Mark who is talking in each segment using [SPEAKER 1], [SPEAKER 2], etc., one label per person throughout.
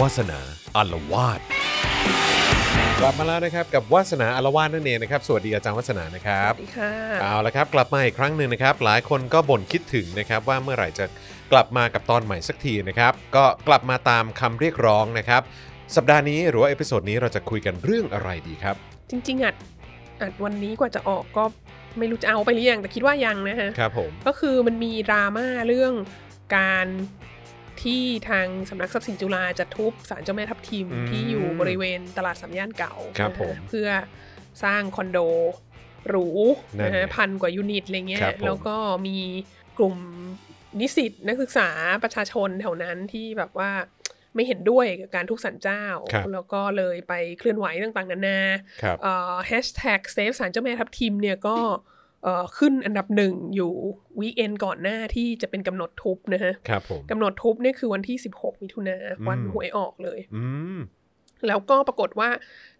[SPEAKER 1] วาสนาอารวาสกลับมาแล้วนะครับกับวาสนาอารวาสนั่นเองนะครับสวัสดีอาจารย์วาสนานะครับ
[SPEAKER 2] สวัสดีค่ะ
[SPEAKER 1] เอาละครับกลับมาอีกครั้งหนึ่งนะครับ หลายคนก็บ่นคิดถึงนะครับว่าเมื่อไหร่จะกลับมากับตอนใหม่สักทีนะครับ ก็กลับมาตามคำเรียกร้องนะครับ สัปดาห์นี้หรือว่าเอพิโซดนี้เราจะคุยกันเรื่องอะไรดีครับ
[SPEAKER 2] จริงๆอัดอัดวันนี้กว่าจะออกก็ไม่รู้จะเอาไปหรือยังแต่คิดว่ายังนะฮะ
[SPEAKER 1] ครับผม
[SPEAKER 2] ก็คือมันมีดราม่าเรื่องการที่ทางสำนักทรัพย์สินจุฬาจะทุบศาลเจ้าแม่ทับทิมที่อยู่บริเวณตลาดสามย่านเก่า
[SPEAKER 1] ครับผม
[SPEAKER 2] เพื่อสร้างคอนโดหรู
[SPEAKER 1] นั่น
[SPEAKER 2] นะ
[SPEAKER 1] ไง
[SPEAKER 2] ฮะพันกว่ายูนิตอะไรเงี้
[SPEAKER 1] ครั
[SPEAKER 2] ย
[SPEAKER 1] บผม
[SPEAKER 2] แล้วก็มีกลุ่มนิสิตนักศึกษาประชาชนแถวนั้นที่แบบว่าไม่เห็นด้วยกับการทุบสันเจ้า
[SPEAKER 1] ครับ
[SPEAKER 2] แล้วก็เลยไปเคลื่อนไหวต่างๆนานา
[SPEAKER 1] ครับ
[SPEAKER 2] แฮชแท็กเซฟสารเจ้าแม่ทับทิมเนี่ยก็เอ่อขึ้นอันดับหนึ่งอยู่วีคเอนก่อนหน้าที่จะเป็นกำหนดทุบนะฮะ
[SPEAKER 1] ครับผม
[SPEAKER 2] กำหนดทุบเนี่ยคือวันที่ 16 มิถุนา
[SPEAKER 1] อืม
[SPEAKER 2] วันหวยออกเลย
[SPEAKER 1] อืม
[SPEAKER 2] แล้วก็ปรากฏว่า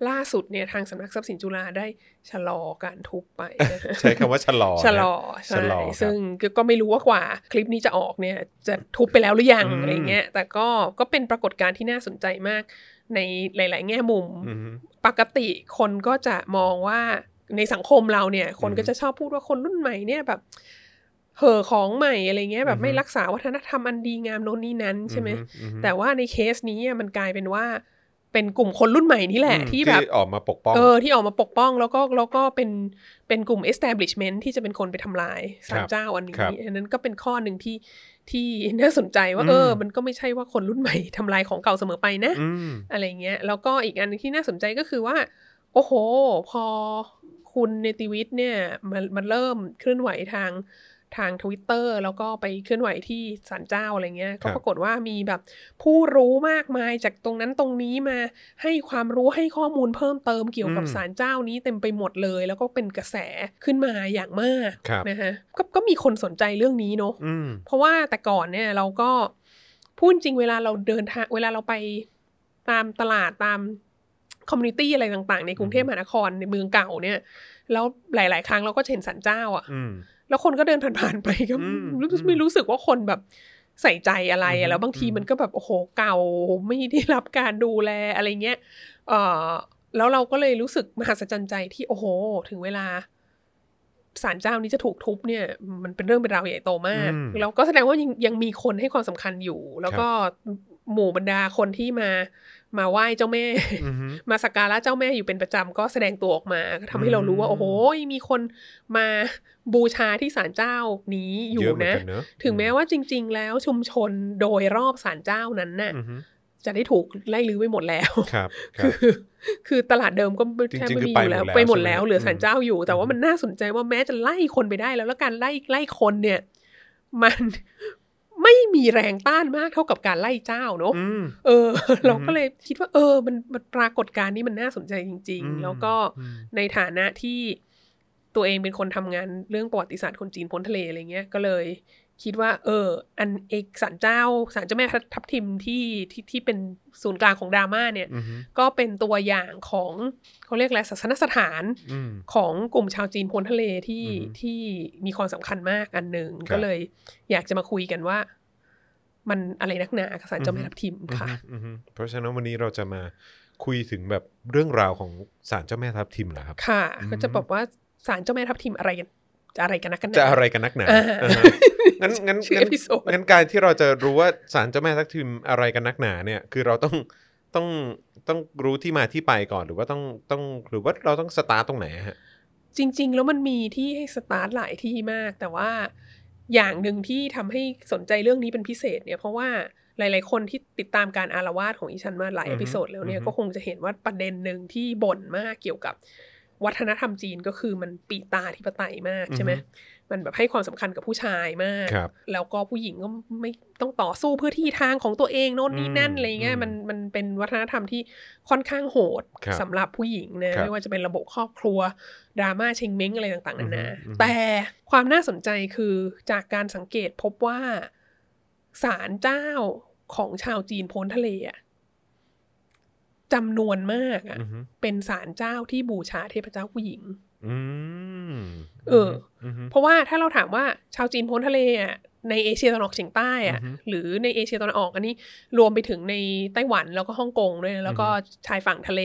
[SPEAKER 2] ล่าสุดเนี่ยทางสำนักทรัพย์สินจุฬาได้ชะลอการทุบไปนะฮะ
[SPEAKER 1] ใช้คำว่าชะลอนะ
[SPEAKER 2] ชะลอใช่
[SPEAKER 1] ชะลอครับ
[SPEAKER 2] ซึ่งก็ก็ไม่รู้ว่ากว่าคลิปนี้จะออกเนี่ยจะทุบไปแล้วหรือยัง
[SPEAKER 1] อืม
[SPEAKER 2] อะไรเงี้ยแต่ก็ก็เป็นปรากฏการณ์ที่น่าสนใจมากในหลาย ๆ แง่มุม
[SPEAKER 1] อืม
[SPEAKER 2] ปกติคนก็จะมองว่าในสังคมเราเนี่ย คนก็จะชอบพูดว่าคนรุ่นใหม่เนี่ยแบบ เห่อของใหม่อะไรเงี้ยแบบ
[SPEAKER 1] อือฮึ
[SPEAKER 2] ไม่รักษาวัฒนธรรมอันดีงามโน่นนี่นั้นใช่ไหม
[SPEAKER 1] อือืม
[SPEAKER 2] แต่ว่าในเคสนี้อะมันกลายเป็นว่า เป็นกลุ่มคนรุ่นใหม่นี่แหละ
[SPEAKER 1] อืม
[SPEAKER 2] ที่แบบ
[SPEAKER 1] ออกมาปกป้อง
[SPEAKER 2] เออที่ออกมาปกป้องแล้วก็แล้วก็เป็นเป็นกลุ่ม establishment ที่จะเป็นคนไปทำลาย
[SPEAKER 1] ค
[SPEAKER 2] ศาล
[SPEAKER 1] รับ
[SPEAKER 2] เจ้าอัน
[SPEAKER 1] ครับ
[SPEAKER 2] นี้อันนั้นก็เป็นข้อหนึ่งที่ที่น่าสนใจว่าเอออ
[SPEAKER 1] ม
[SPEAKER 2] มันก็ไม่ใช่ว่าคนรุ่นใหม่ทำลายของเก่าเสมอไปนะ
[SPEAKER 1] ม
[SPEAKER 2] อะไรเงี้ยแล้วก็อีกอันที่น่าสนใจก็คือว่า โอ้โห พอคุณเนติวิทย์เนี่ยมันมันเริ่มเคลื่อนไหวทางทางทวิตเตอร์แล้วก็ไปเคลื่อนไหวที่ศาลเจ้าอะไรเงี้ย
[SPEAKER 1] ครั
[SPEAKER 2] ก็
[SPEAKER 1] บ
[SPEAKER 2] ปรากฏว่ามีแบบผู้รู้มากมายจากตรงนั้นตรงนี้มาให้ความรู้ให้ข้อมูลเพิ่มเติมเกี่ยวกับศาลเจ้านี้เต็มไปหมดเลย แล้วก็เป็นกระแสขึ้นมาอย่างมาก
[SPEAKER 1] ครับ
[SPEAKER 2] นะฮะก็ก็มีคนสนใจเรื่องนี้เนาะ
[SPEAKER 1] อืม
[SPEAKER 2] เพราะว่าแต่ก่อนเนี่ยเราก็พูดจริงเวลาเราเดินทางเวลาเราไปตามตลาดตามคอมมูนิตี้อะไรต่างๆ ในกรุงเทพมหานครในเมืองเก่าเนี่ย แล้วหลาย ๆ ครั้งเราก็จะเห็นสันเจ้าอะ่ะ
[SPEAKER 1] อืม
[SPEAKER 2] แล้วคนก็เดินผ่านๆไป ก็
[SPEAKER 1] อืม
[SPEAKER 2] รู้สึกไม่รู้สึกว่าคนแบบใส่ใจอะไร
[SPEAKER 1] อือฮึ
[SPEAKER 2] อะแล้วบางที
[SPEAKER 1] อืม
[SPEAKER 2] มันก็แบบโอ้โหเก่าไม่ได้รับการดูแลอะไรเงี้ยเออแล้วเราก็เลยรู้สึกมหัศจรรย์ใจที่โอ้โห ถึงเวลาศาลเจ้านี้จะถูกทุบเนี่ย มันเป็นเรื่องเป็นราวใหญ่โตมาก
[SPEAKER 1] อืม
[SPEAKER 2] แล้วก็แสดงว่ายังยังมีคนให้ความสำคัญอยู่ แล้วก็หมู่บรรดาคนที่มามาไหว้เจ้าแม่
[SPEAKER 1] อือฮึ
[SPEAKER 2] มาสักการะเจ้าแม่อยู่เป็นประจำก็แสดงตัวออกมาก็ทำให้เรารู้ว่า
[SPEAKER 1] อืม
[SPEAKER 2] โอ้โหมีคนมาบูชาที่ศาลเจ้านี้อยู่
[SPEAKER 1] เะเหมื
[SPEAKER 2] นะ
[SPEAKER 1] กัเอ
[SPEAKER 2] ถึงแม้ว่าจริง ๆ แล้วชุมชนโดยรอบศาลเจ้านั้นน่ะ
[SPEAKER 1] อือฮึ
[SPEAKER 2] จะได้ถูกไล่ลื้อไปหมดแล้ว
[SPEAKER 1] ครับครั
[SPEAKER 2] คื
[SPEAKER 1] บ
[SPEAKER 2] อ คือตลาดเดิมก็
[SPEAKER 1] จริงๆ
[SPEAKER 2] แทบ
[SPEAKER 1] คื
[SPEAKER 2] ไม่
[SPEAKER 1] อ
[SPEAKER 2] มี
[SPEAKER 1] ไป
[SPEAKER 2] อยู่แล้ว
[SPEAKER 1] หมดแล้ว
[SPEAKER 2] ไปหมด
[SPEAKER 1] ใช่ไหม
[SPEAKER 2] แล้วเหลือศาลเจ้าอยู่ แต่
[SPEAKER 1] อื
[SPEAKER 2] ว่าม มันน่าสนใจว่าแม้จะไล่คนไปได้แล้วแล้วการไล่ไล่คนเนี่ย มัน ไม่มีแรงต้านมากเท่ากับการไล่เจ้าเนอะ
[SPEAKER 1] ม
[SPEAKER 2] เออ เรา
[SPEAKER 1] อือฮึ
[SPEAKER 2] ก็เลยคิดว่า เออ มันมันปรากฏการณ์นี้มันน่าสนใจจริง
[SPEAKER 1] อืม
[SPEAKER 2] ๆ แล้วก็
[SPEAKER 1] อืม
[SPEAKER 2] ในฐานะที่ตัวเองเป็นคนทำงานเรื่องประวัติศาสตร์คนจีนพ้นทะเลอะไรเงี้ยก็เลย คิดว่า เออ อันเอกสารเจ้าสารเจ้าแม่ทับทิมที่ที่ที่เป็นศูนย์กลางของดราม่าเนี่ย
[SPEAKER 1] อือฮึ
[SPEAKER 2] ก็เป็นตัวอย่างของเขาเรียกอะไรศาสนสถาน
[SPEAKER 1] อืม
[SPEAKER 2] ของกลุ่มชาวจีนพ้นทะเลที่
[SPEAKER 1] อือฮึ
[SPEAKER 2] ที่มีความสำคัญมากอันหนึ่ง
[SPEAKER 1] ครับ
[SPEAKER 2] ก็เลย อยากจะมาคุยกันว่า มันอะไรนักหนากับสารเจ้าแม่
[SPEAKER 1] อือฮึ
[SPEAKER 2] ทับทิมค่ะ
[SPEAKER 1] อือฮึเพราะฉะนั้นวันนี้เราจะมาคุยถึงแบบเรื่องราวของศาลเจ้าแม่ทับทิมเหรอครับ
[SPEAKER 2] ค่ะ
[SPEAKER 1] อืม
[SPEAKER 2] ก็จะบอกว่าสารเจ้าแม่ทับทิมอะไรกันจะอะไรกันนักกันหนา
[SPEAKER 1] จะอะไรกันนักหนา
[SPEAKER 2] อ่า
[SPEAKER 1] อ่าฮะงั้นงั้น
[SPEAKER 2] ชื่อ
[SPEAKER 1] งั้
[SPEAKER 2] เอน พิโซด
[SPEAKER 1] งั้นการที่เราจะรู้ว่าศาลเจ้าแม่ทับทิมอะไรกันนักหนาเนี่ย คือเราต้องต้องต้องรู้ที่มาที่ไปก่อนหรือว่าต้องต้องหรือว่าเราต้องสตาร์ตตรงไหนฮะ
[SPEAKER 2] จริง ๆ แล้วมันมีที่ให้สตาร์ทหลายที่มาก แต่ว่าอย่างหนึ่งที่ทำให้สนใจเรื่องนี้เป็นพิเศษเนี่ยเพราะว่าหลาย ๆ คนที่ติดตามการอารวาสของอีชันมาหลาย
[SPEAKER 1] อือฮึ
[SPEAKER 2] เอพิโซดแล้วเนี่
[SPEAKER 1] อื
[SPEAKER 2] ย
[SPEAKER 1] อฮึ
[SPEAKER 2] ก็คงจะเห็นว่าประเด็นหนึ่งที่บ่นมากเกี่ยวกับวัฒนธรรมจีนก็คือมันปีตาธิปไตยมากใช่ไหมมันแบบให้ความสำคัญกับผู้ชายมาก
[SPEAKER 1] ครับ
[SPEAKER 2] แล้วก็ผู้หญิงก็ไม่ต้องต่อสู้เพื่อที่ทางของตัวเองโน่นนี่นั่น
[SPEAKER 1] อืม
[SPEAKER 2] อะไรเงี้ย
[SPEAKER 1] อืม
[SPEAKER 2] มันมันเป็นวัฒนธรรมที่ค่อนข้างโหด
[SPEAKER 1] ครับ
[SPEAKER 2] สำหรับผู้หญิงนะครับ ไม่ว่าจะเป็นระบบครอบครัวดราม่าเชงเม้งอะไรต่างๆนานา
[SPEAKER 1] อืมอืม
[SPEAKER 2] แต่ความน่าสนใจคือจากการสังเกตพบว่าศาลเจ้าของชาวจีนพ้นทะเลอะจำนวนมากอะ
[SPEAKER 1] อือฮึ
[SPEAKER 2] เป็นศาลเจ้าที่บูชาเทพเจ้าผู้หญิง
[SPEAKER 1] อืม
[SPEAKER 2] เออ
[SPEAKER 1] อฮึ
[SPEAKER 2] เพราะว่าถ้าเราถามว่าชาวจีนพ้นทะเลอ่ะ ในเอเชียตะวันออกเฉียงใต้อะ
[SPEAKER 1] อือฮึ
[SPEAKER 2] หรือในเอเชียตะวันออกอันนี้รวมไปถึงในไต้หวันแล้วก็ฮ่องกงด้วยนะแล้วก็ชายฝั่งทะเล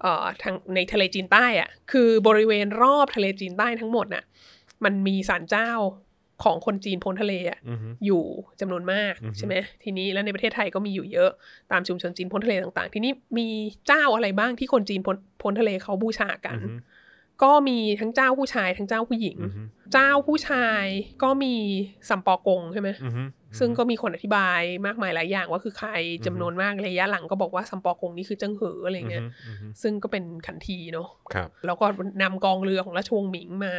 [SPEAKER 2] เอ่อทางในทะเลจีนใต้อะคือบริเวณรอบทะเลจีนใต้ทั้งหมดน่ะมันมีศาลเจ้าของคนจีนพ้นทะเลอะ
[SPEAKER 1] อือฮึ
[SPEAKER 2] อยู่จำนวนมาก
[SPEAKER 1] อือฮึ
[SPEAKER 2] ใช่ไหมทีนี้แล้วในประเทศไทยก็มีอยู่เยอะตามชุมชนจีนพ้นทะเลต่างๆ ทีนี้มีเจ้าอะไรบ้างที่คนจีนพ้นพ้นทะเลเขาบูชากัน
[SPEAKER 1] อือฮึ
[SPEAKER 2] ก็มีทั้งเจ้าผู้ชายทั้งเจ้าผู้หญิง
[SPEAKER 1] อือฮึ
[SPEAKER 2] เจ้าผู้ชายก็มีสัมปอกงใช่ไหม
[SPEAKER 1] อือฮึ
[SPEAKER 2] ซึ่งก็มีคนอธิบายมากมายหลายอย่างว่าคือใคร
[SPEAKER 1] อือฮึ
[SPEAKER 2] จำนวนมากระยะหลังก็บอกว่าสัมปอกงนี่คือเจิ้งเหออะไรเงี้ย
[SPEAKER 1] อือฮึอือฮึ
[SPEAKER 2] ซึ่งก็เป็นขันทีเนาะ
[SPEAKER 1] ครับ
[SPEAKER 2] แล้วก็นำกองเรือของราชวงศ์หมิงมา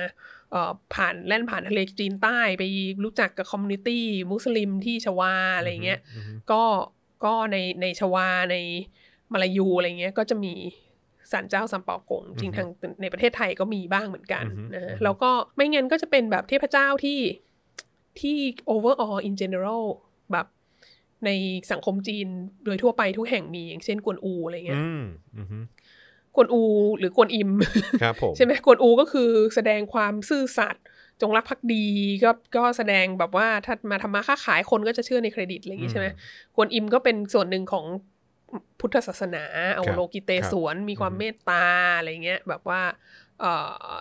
[SPEAKER 2] เอ่อผ่านแล่นผ่านทะเลจีนใต้ไปรู้จักกับคอมมูนิตี้มุสลิมที่ชวาอะไรเงี้ย
[SPEAKER 1] อือฮึ
[SPEAKER 2] ก็ก็ในในชวาในมาลายูอะไรเงี้ยก็จะมีศาลเจ้าสัมปอกงจริงทางในประเทศไทยก็มีบ้างเหมือนกันนะฮะแล้วก็ไม่งั้นก็จะเป็นแบบเทพเจ้าที่ที่ overall in general แบบในสังคมจีนโดยทั่วไปทุกแห่งมีอย่างเช่นกวนอูอะไรเงี้ย
[SPEAKER 1] อืมอือฮึ
[SPEAKER 2] กวนอูหรือกวนอิม
[SPEAKER 1] ครับผม
[SPEAKER 2] ใช่ไหมกวนอูก็คือแสดงความซื่อสัตย์จงรักภักดีก็ก็แสดงแบบว่าถ้ามาทำมาค้าขายคนก็จะเชื่อในเครดิตอะไรอย่างนี้ใช่ไหมกวนอิมก็เป็นส่วนหนึ่งของพุทธศาสนาเอาโลกิเตสวนมีความเมตตาอะไรเงี้ยแบบว่าเอ่อ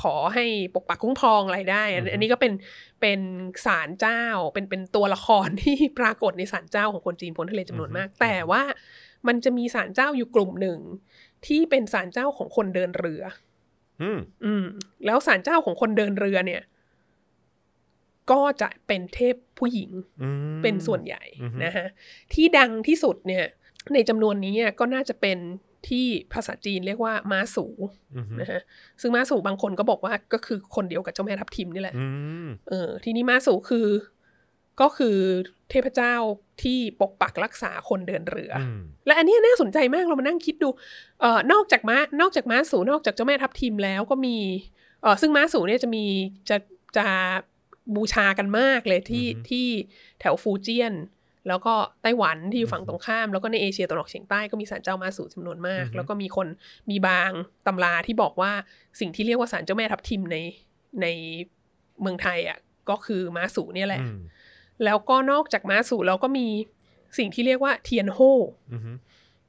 [SPEAKER 2] ขอให้ปกปักคุ้มครองอะไรได้อันอันนี้ก็เป็นเป็นศาลเจ้าเป็นเป็นตัวละครที่ปรากฏในศาลเจ้าของคนจีนพ้นทะเลจำนวนมาก แต่ว่ามันจะมีศาลเจ้าอยู่กลุ่มหนึ่ง ที่เป็นศาลเจ้าของคนเดินเรือ
[SPEAKER 1] อืม
[SPEAKER 2] อืม แล้วศาลเจ้าของคนเดินเรือเนี่ย ก็จะเป็นเทพผู้หญิง
[SPEAKER 1] อืม
[SPEAKER 2] เป็นส่วนใหญ่
[SPEAKER 1] อือฮึ
[SPEAKER 2] นะฮะที่ดังที่สุดเนี่ย ในจำนวนนี้อะก็น่าจะเป็นที่ภาษาจีนเรียกว่าม้าสู
[SPEAKER 1] อือฮึ
[SPEAKER 2] นะฮะซึ่งม้าสูบางคนก็บอกว่าก็คือคนเดียวกับเจ้าแม่ทับทิมนี่แหละ
[SPEAKER 1] อืม
[SPEAKER 2] เออทีนี้ม้าสูคือ ก็คือเทพเจ้าที่ปกปักรักษาคนเดินเรือ
[SPEAKER 1] อืม
[SPEAKER 2] และอันเนี้ยน่าสนใจมากเรามานั่งคิดดูเอ่อนอกจากม้านอกจากม้าสูนอกจากเจ้าแม่ทับทิมแล้วก็มีเอ่อซึ่งม้าสูเนี่ยจะมีจะจะบูชากันมากเลยที่ที่แถวฟูเจียน แล้วก็ไต้หวันที่อยู่ฝั่งตรงข้าม แล้วก็ในเอเชียตะวันออกเฉียงใต้ก็มีศาลเจ้าม้าสูจำนวนมาก แล้วก็มีคนมีบางตำราที่บอกว่าสิ่งที่เรียกว่าศาลเจ้าแม่ทับทิมในในเมืองไทยอ่ะก็คือม้าสูเนี่ยแหละ
[SPEAKER 1] อืม
[SPEAKER 2] แล้วก็นอกจากม้าสูเราก็มีสิ่งที่เรียกว่าเทียนโฮ
[SPEAKER 1] อือฮึ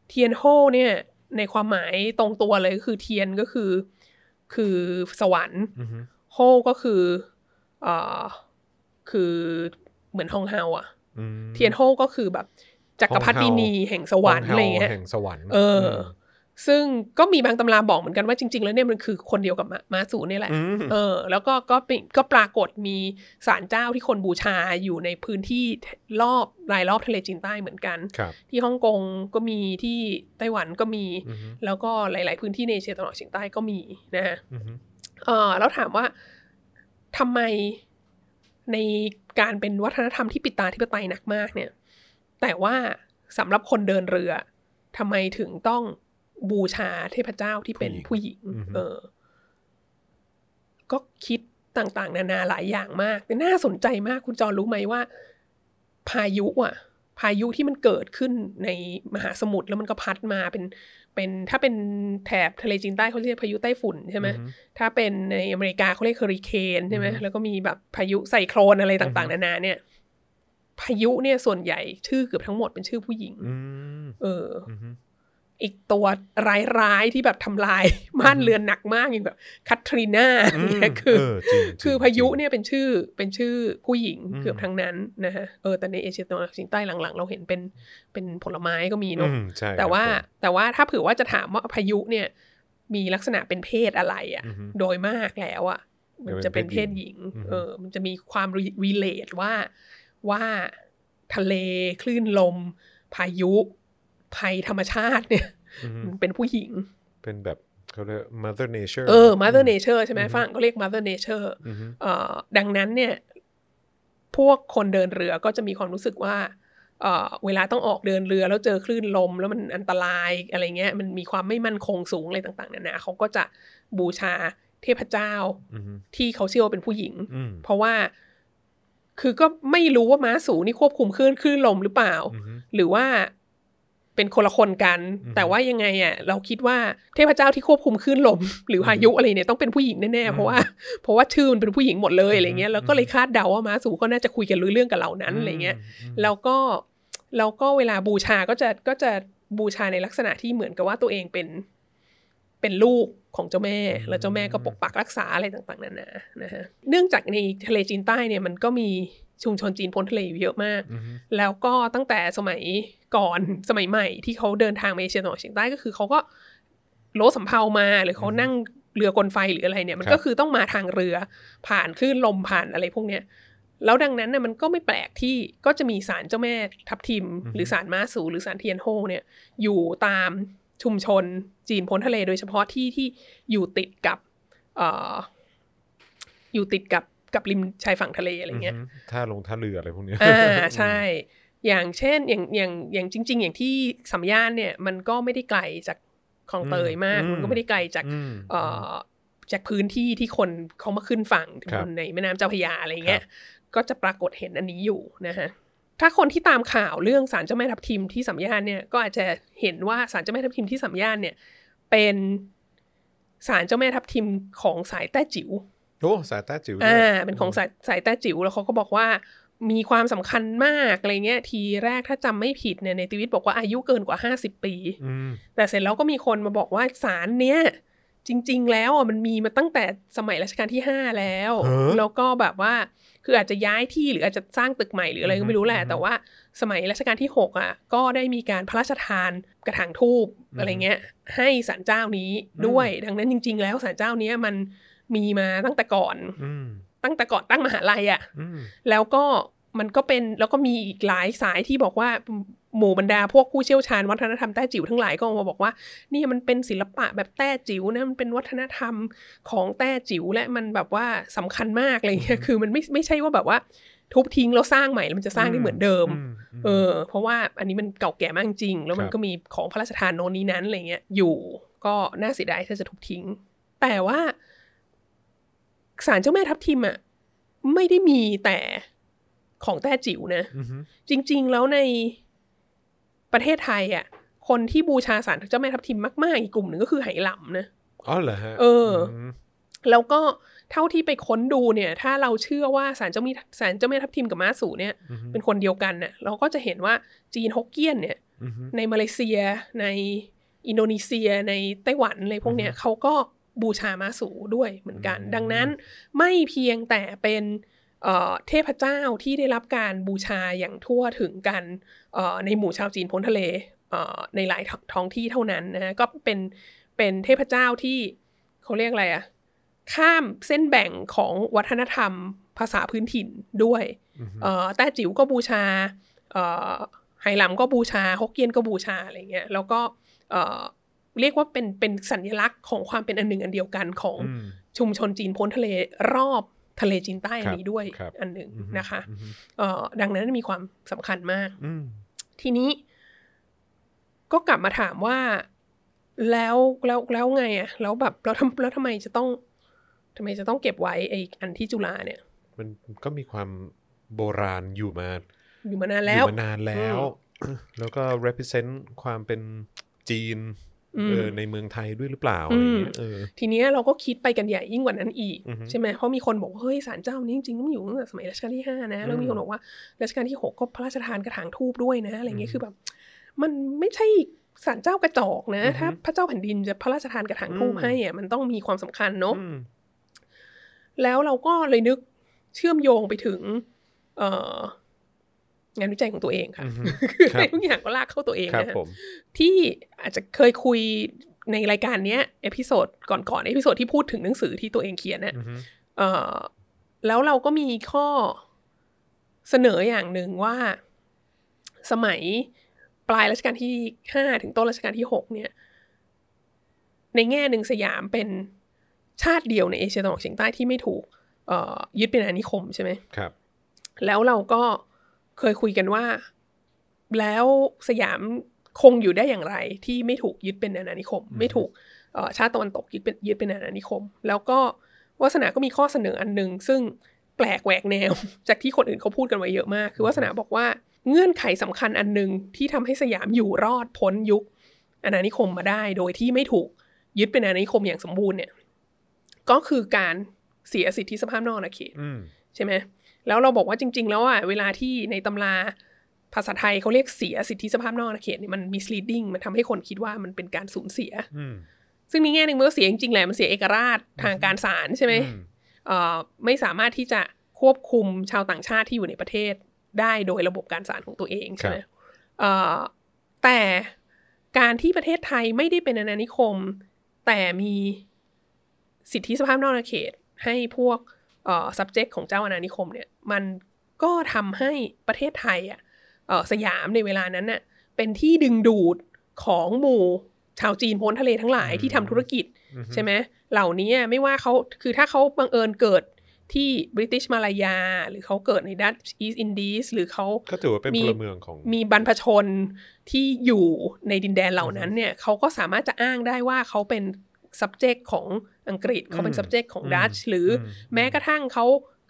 [SPEAKER 2] เทียนโฮเนี่ยในความหมายตรงตัวเลยก็คือเทียนก็คือคือสวรรค์
[SPEAKER 1] อือฮึ
[SPEAKER 2] โฮก็คือเอ่อคือเหมือนฮองเฮาอะ
[SPEAKER 1] อืม
[SPEAKER 2] เทียนโฮก็คือแบบจักรพรรดินีแห่งสวรรค์อะไรอย่างเงี้ย
[SPEAKER 1] แห่งสวรรค์
[SPEAKER 2] เออ ซึ่งก็มีบางตำราบอกเหมือนกันว่าจริง ๆ แล้วเนี่ยมันคือคนเดียวกับมามาสูเนี่ยแหละ
[SPEAKER 1] อืม
[SPEAKER 2] เออ แล้วก็ก็เป็นก็ปรากฏมีศาลเจ้าที่คนบูชาอยู่ในพื้นที่รอบรายรอบทะเลจีนใต้เหมือนกัน
[SPEAKER 1] ครับ
[SPEAKER 2] ที่ฮ่องกงก็มีที่ไต้หวันก็มี
[SPEAKER 1] อือฮึ
[SPEAKER 2] แล้วก็หลาย ๆ พื้นที่ในเอเชียตะวันออกเฉียงใต้ก็มีนะฮะ
[SPEAKER 1] อือฮึ
[SPEAKER 2] เออแล้วถามว่าทำไมในการเป็นวัฒนธรรมที่ปิดตาธิปไตยหนักมากเนี่ย แต่ว่าสำหรับคนเดินเรือทำไมถึงต้องบูชาเทพเจ้าที่เป็นผู้หญิง เออ ก็คิดต่าง ๆ นานาหลายอย่างมากแต่น่าสนใจมากคุณจอนรู้ไหมว่า พายุอ่ะ พายุที่มันเกิดขึ้นในมหาสมุทรแล้วมันก็พัดมาเป็นเป็นถ้าเป็นแถบทะเลจีนใต้เขาเรียกพายุไต้ฝุ่นใช่ไหม
[SPEAKER 1] อือฮึ
[SPEAKER 2] ถ้าเป็นในอเมริกาเขาเรียกเฮอริเคนใช่ไหม
[SPEAKER 1] อือฮึ
[SPEAKER 2] แล้วก็มีแบบพายุไซโครนอะไรต่าง
[SPEAKER 1] อื
[SPEAKER 2] ๆ
[SPEAKER 1] อฮึ
[SPEAKER 2] นานาเนี่ย พายุเนี่ยส่วนใหญ่ชื่อเกือบทั้งหมดเป็นชื่อผู้หญิง
[SPEAKER 1] อืม
[SPEAKER 2] เออ
[SPEAKER 1] อือฮึ
[SPEAKER 2] อีกตัวร้ายๆที่แบบทำลาย ม่านเรือนหนักมากอย่างแบบคัตรีนาเนี่ยคือ คือพายุเนี่ยเป็นชื่อเป็นชื่อผู้หญิง
[SPEAKER 1] อืม
[SPEAKER 2] เกือบทั้งนั้นนะฮะเออแต่ในเอเชียตะวันออกเฉียงใต้หลังๆ เราเห็นเป็นเป็นผลไม้ก็มีเนาะแต่ว่าแต่ว่าถ้าเผื่อว่าจะถามว่าพายุเนี่ย มีลักษณะเป็นเพศอะไรอ่ะ โดยมากแล้วอ่ะ มันจะเป็นเพศหญิง
[SPEAKER 1] อืม
[SPEAKER 2] เออ มันจะมีความรีเลทว่าว่าทะเลคลื่นลม พายุ ภัยธรรมชาติเนี่ย มันเป็นผู้หญิง
[SPEAKER 1] เป็นแบบเขาเรียก mother nature
[SPEAKER 2] เออ mother nature ใช่ไหม
[SPEAKER 1] อืม
[SPEAKER 2] ฝรั่งก็เรียก mother nature
[SPEAKER 1] อือฮึ
[SPEAKER 2] เอ่อดังนั้นเนี่ย พวกคนเดินเรือก็จะมีความรู้สึกว่าเอ่อเวลาต้องออกเดินเรือแล้วเจอคลื่นลม แล้วมันอันตรายอะไรเงี้ย มันมีความไม่มั่นคงสูงอะไรต่างๆนานาเขาก็จะบูชาเทพเจ้า
[SPEAKER 1] อือฮึ
[SPEAKER 2] ที่เขาเชื่อว่าเป็นผู้หญิง
[SPEAKER 1] อืม
[SPEAKER 2] เพราะว่า คือก็ไม่รู้ว่าม้าสูนี่ควบคุมคลื่นคลื่นลมหรือเปล่า
[SPEAKER 1] อือฮึ
[SPEAKER 2] หรือว่า เป็นคนละคนกัน
[SPEAKER 1] อืม
[SPEAKER 2] แต่ว่ายังไงอ่ะเราคิดว่าเทพเจ้าที่ควบคุมคลื่นลม หรือพายุอะไรเนี่ยต้องเป็นผู้หญิงแน่
[SPEAKER 1] อื
[SPEAKER 2] ๆ
[SPEAKER 1] ม
[SPEAKER 2] เพราะว่าเพราะว่าชื่อมันเป็นผู้หญิงหมดเลยอะไรเงี้
[SPEAKER 1] อืม
[SPEAKER 2] ยแล้วก็เลยคาดเดาว่ามาสู่ก็น่าจะคุยกันรู้เรื่องกับเหล่านั้นอะไรเงี้ย แล้วก็แล้วก็เวลาบูชาก็จะก็จะบูชาในลักษณะที่เหมือนกับว่าตัวเองเป็นเป็นลูกของเจ้าแม่
[SPEAKER 1] อืม
[SPEAKER 2] แล้วเจ้าแม่ก็ปกปักรักษาอะไรต่างๆนานานะฮะเนื่องจากในทะเลจีนใต้เนี่ยมันก็มีชุมชนจีนพ้นทะเลอยู่เยอะมาก
[SPEAKER 1] อืมอืม
[SPEAKER 2] แล้วก็ตั้งแต่สมัยก่อน สมัยใหม่ที่เขาเดินทางมาเอเชียตะวันออกเฉียงใต้ก็คือเขาก็โลสำเภามาหรือเขานั่งเรือกลไฟหรืออะไรเนี่ย มันก็คือต้องมาทางเรือผ่านคลื่นลมผ่านอะไรพวกเนี้ยแล้วดังนั้นน่ะมันก็ไม่แปลกที่ก็จะมีสารเจ้าแม่ทับทิม หรือสารม้าสูหรือสารเทียนโฮเนี่ยอยู่ตามชุมชนจีนพ้นทะเลโดยเฉพาะที่ที่อยู่ติดกับ เอ่ออยู่ติดกับกับริมชายฝั่งทะเลอะไรเงี้ย
[SPEAKER 1] มท่าลงท่าเรืออะไรพวกเนี้ย
[SPEAKER 2] อ่าใช่ อย่างเช่นอย่างอย่างอย่างจริง ๆ อย่างที่สัมยานเนี่ยมันก็ไม่ได้ไกลจากคลองเตยมาก
[SPEAKER 1] อืม
[SPEAKER 2] มันก็ไม่ได้ไกลจาก
[SPEAKER 1] อืม
[SPEAKER 2] เอ่อจากพื้นที่ที่คนเขามาขึ้นฝั่ง
[SPEAKER 1] ครับ
[SPEAKER 2] ในแม่น้ำเจ้าพระยาอะไรเงี้ยก็จะปรากฏเห็นอันนี้อยู่นะฮะถ้าคนที่ตามข่าวเรื่องสารเจ้าแม่ทับทิมที่สัมยานเนี่ยก็อาจจะเห็นว่าสารเจ้าแม่ทับทิมที่สัมยานเนี่ยเป็นสารเจ้าแม่ทับทิมของสายแต้จิ๋ว
[SPEAKER 1] โอ้สายใต้จิ๋วด้วย
[SPEAKER 2] อ่าเป็นของสายสายแต้จิ๋วแล้วเขาก็บอกว่ามีความสำคัญมากอะไรเงี้ยทีแรกถ้าจำไม่ผิดเนี่ยในทวิตบอกว่าอายุเกินกว่า 50 ปี
[SPEAKER 1] อืม
[SPEAKER 2] แต่เสร็จแล้วก็มีคนมาบอกว่าสารเนี้ยจริง ๆ แล้วอ่ะมันมีมาตั้งแต่สมัยรัชกาลที่ 5 แล้ว
[SPEAKER 1] เฮ้อ
[SPEAKER 2] แล้วก็แบบว่าคืออาจจะย้ายที่หรืออาจจะสร้างตึกใหม่หรืออะไรก็ไม่รู้แห
[SPEAKER 1] อื
[SPEAKER 2] ละ
[SPEAKER 1] ม
[SPEAKER 2] แต่ว่าสมัยรัชกาลที่ 6 อ่ะ ก็ได้มีการพระราชทานกระถางทูบ
[SPEAKER 1] อืม
[SPEAKER 2] อะไรเงี้ย ให้สารเจ้านี้ด้วย ดังนั้นจริง ๆ แล้วสารเจ้าเนี้ยมันมีมาตั้งแต่ก่อน
[SPEAKER 1] ืม
[SPEAKER 2] ตั้งแต่ก่อนตั้งมหาลัยอะ่ะ
[SPEAKER 1] อืม
[SPEAKER 2] แล้วก็มันก็เป็นแล้วก็มีอีกหลายสายที่บอกว่าหมู่บรรดาพวกผู้เชี่ยวชาญวัฒนธรรมแต้จิ๋วทั้งหลายก็ออกมาบอกว่าเนี่ยมันเป็นศิลปะแบบแต้จิ๋วนะมันเป็นวัฒนธรรมของแต้จิ๋วและมันแบบว่าสำคัญมากอะไรเงี้ย
[SPEAKER 1] อืม
[SPEAKER 2] คือมันไม่ไม่ใช่ว่าแบบว่าทุบทิ้งแล้วสร้างใหม่แล้วมันจะสร้างได้เหมือนเดิม
[SPEAKER 1] มม
[SPEAKER 2] เออเพราะว่าอันนี้มันเก่าแก่มากจริง แล้วมั
[SPEAKER 1] คน รับ
[SPEAKER 2] ก็มีของพระราชทานโน้นนี้นั้นอะไรเงี้ยอยู่ก็น่าเสียดายถ้าจะถูกทิ้ง แต่ว่าศาลเจ้าแม่ทับทิมอะไม่ได้มีแต่ของแต้จิ๋วนะ
[SPEAKER 1] ือฮึ
[SPEAKER 2] จริง ๆ แล้วในประเทศไทยอะคนที่บูชาศาลเจ้าแม่ทับทิมมากๆอีกกลุ่มหนึ่งก็คือไหหลำนะ
[SPEAKER 1] อ๋อเหรอฮะ
[SPEAKER 2] เออ
[SPEAKER 1] ม
[SPEAKER 2] แล้วก็เท่าที่ไปค้นดูเนี่ย ถ้าเราเชื่อว่าศาลเจ้าแม่ศาลเจ้าแม่ทับทิมกับม้าสูเนี่ย
[SPEAKER 1] อือฮึ
[SPEAKER 2] เป็นคนเดียวกันเนี่ยเราก็จะเห็นว่าจีนฮกเกี้ยนเนี่ย
[SPEAKER 1] อือฮึ
[SPEAKER 2] ในมาเลเซียในอินโดนีเซียในไต้หวันอะไรพวกเนี้ย
[SPEAKER 1] อือฮึ
[SPEAKER 2] เขาก็บูชามาสูด้วยเหมือนกัน
[SPEAKER 1] อืม
[SPEAKER 2] ดังนั้นไม่เพียงแต่เป็นเอ่อเทพเจ้าที่ได้รับการบูชาอย่างทั่วถึงกันเอ่อในหมู่ชาวจีนพ้นทะเลเอ่อในหลายท้องที่เท่านั้นนะฮะก็เป็นเป็นเทพเจ้าที่เขาเรียกอะไรอะข้ามเส้นแบ่งของวัฒนธรรมภาษาพื้นถิ่นด้วย
[SPEAKER 1] อือฮึ
[SPEAKER 2] เอ่อแต้จิ๋วก็บูชาเอ่อไหหลำก็บูชาฮกเกี้ยนก็บูชาอะไรเงี้ยแล้วก็เอ่อเรียกว่าเป็นเป็นสัญลักษณ์ของความเป็นอันหนึ่งอันเดียวกันของ
[SPEAKER 1] ม
[SPEAKER 2] ชุมชนจีนพ้นทะเลรอบทะเลจีนใต้อันนี้ด้วย
[SPEAKER 1] ครับ
[SPEAKER 2] อันหนึ่ง
[SPEAKER 1] อือฮึ
[SPEAKER 2] นะคะ
[SPEAKER 1] อือฮึ
[SPEAKER 2] เอ่อดังนั้นมีความสำคัญมาก
[SPEAKER 1] อืม
[SPEAKER 2] ทีนี้ก็กลับมาถามว่าแล้วแล้วแล้วไงอะแล้วแบบแล้วทำแล้วทำไมจะต้องทำไมจะต้องเก็บไว้ไออันที่จุฬาเนี่ย
[SPEAKER 1] มันก็มีความโบราณอยู่มา
[SPEAKER 2] อยู่มานาน
[SPEAKER 1] อ
[SPEAKER 2] แล้ว
[SPEAKER 1] ยู่มานานแล้ว แล้วก็ represent ความเป็นจีน
[SPEAKER 2] อืม
[SPEAKER 1] เออในเมืองไทยด้วยหรือเปล่าอะไรอย่างเงี้ย
[SPEAKER 2] อื
[SPEAKER 1] เอ
[SPEAKER 2] ม
[SPEAKER 1] อ
[SPEAKER 2] ทีเนี้ยเราก็คิดไปกันใหญ่ยิ่งกว่านั้นอีก
[SPEAKER 1] อือฮึ
[SPEAKER 2] ใช่ไหมเพราะมีคนบอกว่าเฮ้ยศาลเจ้านี้จริงๆต้องอยู่ตั้งแต่สมัยรัชกาลที่ห้านะแล้ว
[SPEAKER 1] อืม
[SPEAKER 2] มีคนบอกว่ารัชกาลที่หกก็พระราชทานกระถางทูบด้วยนะอะไรเงี้
[SPEAKER 1] อื
[SPEAKER 2] ย
[SPEAKER 1] ม
[SPEAKER 2] คือแบบ มันไม่ใช่ศาลเจ้ากระจอกนะ
[SPEAKER 1] อือฮึ
[SPEAKER 2] ถ้าพระเจ้าแผ่นดินจะพระราชทานกระถางทูบ
[SPEAKER 1] อืม
[SPEAKER 2] ให้อะมันต้องมีความสำคัญเนาะ
[SPEAKER 1] อืม
[SPEAKER 2] แล้วเราก็เลยนึกเชื่อมโยงไปถึง เอ่องานวิจัยของตัวเองค่ะ
[SPEAKER 1] อือฮึ
[SPEAKER 2] คือ
[SPEAKER 1] ครับ
[SPEAKER 2] ทุกอย่างก็ลากเข้าตัวเอง
[SPEAKER 1] ครับ
[SPEAKER 2] นะฮะ
[SPEAKER 1] ผม
[SPEAKER 2] ที่อาจจะเคยคุยในรายการเนี้ยเอพิโซดก่อนๆเอพิโซดที่พูดถึงหนังสือที่ตัวเองเขียนเนี่ย
[SPEAKER 1] อือฮึ
[SPEAKER 2] เอ่อแล้วเราก็มีข้อเสนออย่างหนึ่งว่า สมัยปลายรัชกาลที่ห้าถึงต้นรัชกาลที่หกเนี่ย ในแง่หนึ่งสยามเป็นชาติเดียวในเอเชียตะวันออกเฉียงใต้ที่ไม่ถูกเอ่อยึดเป็นอาณานิคมใช่ไหม
[SPEAKER 1] ครับ
[SPEAKER 2] แล้วเราก็เคยคุยกันว่า แล้วสยามคงอยู่ได้อย่างไร ที่ไม่ถูกยึดเป็นอาณานิคม
[SPEAKER 1] อืม
[SPEAKER 2] ไม่ถูกเอ่อชาติตะวันตกยึดเป็นยึดเป็นอาณานิคม แล้วก็วัสนาก็มีข้อเสนออันหนึ่งซึ่งแ ปลกแหวกแนว จากที่คนอื่นเขาพูดกันไว้เยอะมาก คือวาสนาบอกว่าเงื่อนไขสำคัญอันหนึ่งที่ทำให้สยามอยู่รอดพ้นยุคอาณานิคมมาได้ โดยที่ไม่ถูกยึดเป็นอาณานิคมอย่างสมบูรณ์เนี่ยก็คือการเสียสิทธิสภาพนอกอาณาเขต
[SPEAKER 1] อืม
[SPEAKER 2] ใช่ไหมแล้วเราบอกว่าจริง ๆ แล้วอ่ะเวลาที่ในตำราภาษาไทยเขาเรียกเสียสิทธิสภาพนอกอาณาเขตเนี่ยมัน misleading มันทำให้คนคิดว่ามันเป็นการสูญเสีย
[SPEAKER 1] อืม
[SPEAKER 2] ซึ่งในแง่หนึ่งมันก็เสียจริงๆแหละมันเสียเอกราชทางการศาลใช่ไหม
[SPEAKER 1] อื
[SPEAKER 2] เอ่อไม่สามารถที่จะควบคุมชาวต่างชาติที่อยู่ในประเทศได้โดยระบบการศาลของตัวเองใช่ไหมเอ่อแต่การที่ประเทศไทยไม่ได้เป็นอาณานิคม แต่มีสิทธิสภาพนอกอาณาเขตให้พวกเอ่อ subject ของเจ้าอาณานิคมเนี่ยมันก็ทำให้ประเทศไทยอ่ะเอ่อสยามในเวลานั้นน่ะเป็นที่ดึงดูดของหมู่ชาวจีนพ้นทะเลทั้งหลายที่ทำธุรกิจ
[SPEAKER 1] อื
[SPEAKER 2] ใช่ไหมเหล่านี้ไม่ว่าเขาคือถ้าเขาบังเอิญเกิดที่บริติชมาลายา หรือเขาเกิดในดัตช์อีสอินดีสหรือเขา
[SPEAKER 1] ก็ถือว่าเป็น
[SPEAKER 2] มี
[SPEAKER 1] พลเมืองของ
[SPEAKER 2] มีบรรพชนที่อยู่ในดินแดนเหล่านั้นเนี่ยเขาก็สามารถจะอ้างได้ว่าเขาเป็น subject ของอังกฤษเขาเป็น
[SPEAKER 1] อืม
[SPEAKER 2] subject ของ
[SPEAKER 1] อืม
[SPEAKER 2] ดัตช์หรืออ
[SPEAKER 1] ม
[SPEAKER 2] แม้กระทั่งเขา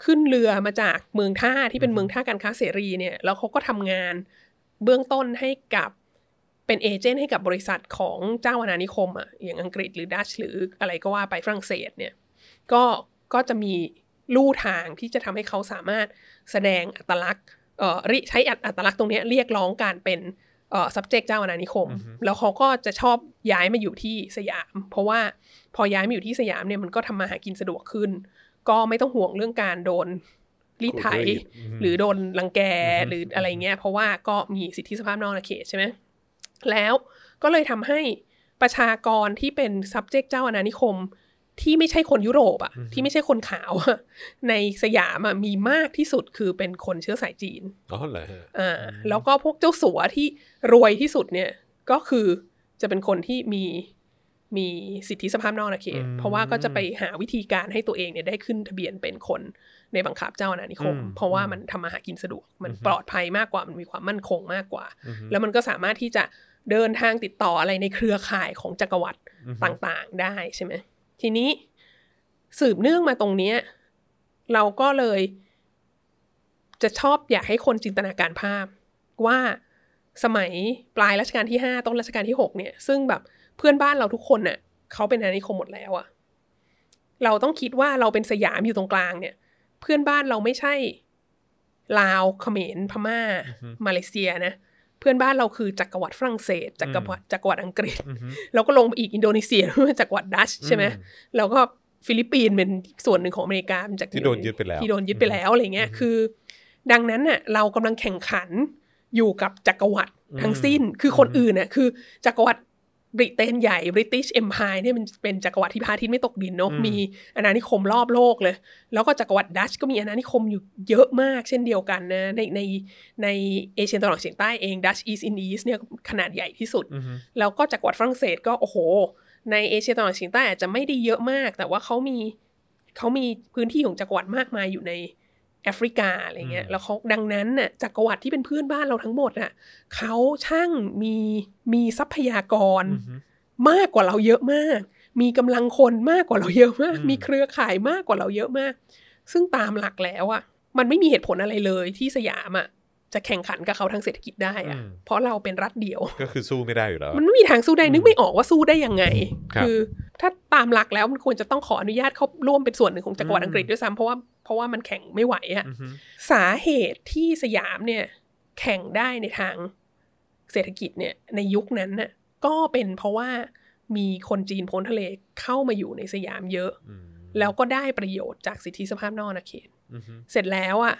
[SPEAKER 2] ขึ้นเรือมาจากเมืองท่าที่เป็น
[SPEAKER 1] อืม
[SPEAKER 2] เมืองท่าการค้าเสรีเนี่ยแล้วเขาก็ทำงานเบื้องต้นให้กับเป็นเอเจนต์ให้กับบริษัทของเจ้าอาณานิคมอ่ะอย่างอังกฤษหรือดัชหรืออะไรก็ว่าไปฝรั่งเศสเนี่ยก็ก็จะมีลู่ทางที่จะทำให้เขาสามารถแสดงอัตลักษณ์เอ่อริใช้อัตอัตลักษณ์ตรงเนี้ยเรียกร้องการเป็นเอ่อ subject เจ้าอาณานิคม
[SPEAKER 1] อือฮึ
[SPEAKER 2] แล้วเขาก็จะชอบย้ายมาอยู่ที่สยาม เพราะว่าพอย้ายมาอยู่ที่สยามเนี่ยมันก็ทำมาหากินสะดวกขึ้น ก็ไม่ต้องห่วงเรื่องการโดนรีดไถ
[SPEAKER 1] ม
[SPEAKER 2] หรือโดนรังแก
[SPEAKER 1] อือฮึ
[SPEAKER 2] หรืออะไรเงี้ย เพราะว่าก็มีสิทธิสภาพนอกอาณาเขตใช่ไหมแล้วก็เลยทำให้ประชากรที่เป็น subject เจ้าอาณานิคม ที่ไม่ใช่คนยุโรปอะที่ไม่ใช่คนขาวอะ ในสยามอะมีมากที่สุดคือเป็นคนเชื้อสายจีน
[SPEAKER 1] อ๋อเหรอฮะ
[SPEAKER 2] อ่า
[SPEAKER 1] อืม
[SPEAKER 2] แล้วก็พวกเจ้าสัวที่รวยที่สุดเนี่ยก็คือจะเป็นคนที่มีมีสิทธิสภาพนอกอาณาเขต เพราะว่าก็จะไปหาวิธีการให้ตัวเองเนี่ยได้ขึ้นทะเบียนเป็นคนในบังคับเจ้าอาณานิคม
[SPEAKER 1] อืม
[SPEAKER 2] เพราะว่ามันทำมาหากินสะดวก มัน
[SPEAKER 1] อือฮึ
[SPEAKER 2] ปลอดภัยมากกว่ามันมีความมั่นคงมากกว่า
[SPEAKER 1] อือฮึ
[SPEAKER 2] แล้วมันก็สามารถที่จะเดินทางติดต่ออะไรในเครือข่ายของจักรวรรดิ
[SPEAKER 1] อือฮึ
[SPEAKER 2] ต่างๆได้ใช่ไหม ทีนี้สืบเนื่องมาตรงเนี้ยเราก็เลย จะชอบอยากให้คนจินตนาการภาพ ว่าสมัยปลายรัชกาลที่ห้าต้นรัชกาลที่หกเนี่ย ซึ่งแบบเพื่อนบ้านเราทุกคนเน่ะเขาเป็นอาณานิคมหมดแล้วอะเราต้องคิดว่าเราเป็นสยามอยู่ตรงกลางเนี่ย เพื่อนบ้านเราไม่ใช่ ลาวเขมรพม่า มาเลเซียนะเพื่อนบ้านเราคือจักรวรรดิฝรั่งเศสจักรวรรดิจักรวรรดิอังกฤษ
[SPEAKER 1] อือฮึ
[SPEAKER 2] แล้วก็ลงไปอีกอินโดนีเซีย จากวัดดัชใช่ไหม
[SPEAKER 1] อื
[SPEAKER 2] แล้วก็ฟิลิปปินส์เป็นส่วนหนึ่งของอเมริกาเป็นจาก
[SPEAKER 1] ที่โดนยึดไปแล้ว
[SPEAKER 2] ที่โดนยึดไปแล้วอะไรเงี้ยคือ ดังนั้นน่ะเรากำลังแข่งขันอยู่กับจักรวรรดิ
[SPEAKER 1] อืม
[SPEAKER 2] ทั้งสิ้น คือคน
[SPEAKER 1] อืม
[SPEAKER 2] อื่นน่ะคือจักรวรรดิบริเตนใหญ่บริติชเอ็มพายเนี่ยมันเป็นจักรวรรดิที่พระอาทิตย์ไม่ตกดินเนาะมีอาณานิคมรอบโลกเลย แล้วก็จักรวรรดิดัชก็มีอาณานิคมอยู่เยอะมากเช่นเดียวกันนะในในในเอเชียตะวันออกเฉียงใต้เองดัชอีสอินดีสเนี่ยขนาดใหญ่ที่สุด
[SPEAKER 1] อือฮึ
[SPEAKER 2] แล้วก็จากรวรรดิฝรั่งเศสก็โอ้โห ในเอเชียตะวันออกเฉียงใต้อาจจะไม่ได้เยอะมาก แต่ว่าเขามีเขามีพื้นที่ของจักรวรรดิมากมายอยู่ในแอฟริกาอะไรเงี้ย แล้วเขาดังนั้นน่ะจักรวรรดิที่เป็นเพื่อนบ้านเราทั้งหมดน่ะเขาช่างมีมีทรัพยากร
[SPEAKER 1] อือฮึ
[SPEAKER 2] มากกว่าเราเยอะมาก มีกำลังคนมากกว่าเราเยอะมาก
[SPEAKER 1] อืม
[SPEAKER 2] มีเครือข่ายมากกว่าเราเยอะมาก ซึ่งตามหลักแล้วอ่ะมันไม่มีเหตุผลอะไรเลยที่สยามอ่ะจะแข่งขันกับเขาทางเศรษฐกิจได้อ่ะ
[SPEAKER 1] อืม
[SPEAKER 2] เพราะเราเป็นรัฐเดียว
[SPEAKER 1] ก็คือสู้ไม่ได้อยู่แล้ว
[SPEAKER 2] มันไม่มีทางสู้ได้
[SPEAKER 1] อืม
[SPEAKER 2] นึกไม่ออกว่าสู้ได้ยังไง
[SPEAKER 1] ครับ
[SPEAKER 2] คือถ้าตามหลักแล้วมันควรจะต้องขออนุญาตเข้าร่วมเป็นส่วนหนึ่งของจักรวรร
[SPEAKER 1] อืม
[SPEAKER 2] ดิอังกฤษด้วยซ้ำเพราะว่าเพราะว่ามันแข่งไม่ไหวอะ
[SPEAKER 1] อือฮึ
[SPEAKER 2] สาเหตุที่สยามเนี่ยแข่งได้ในทางเศรษฐกิจเนี่ยในยุคนั้นน่ะก็เป็นเพราะว่ามีคนจีนพ้นทะเลเข้ามาอยู่ในสยามเยอะ
[SPEAKER 1] อืม
[SPEAKER 2] แล้วก็ได้ประโยชน์จากสิทธิสภาพนอกอาณาเขต
[SPEAKER 1] อือฮึ
[SPEAKER 2] เสร็จแล้วอะ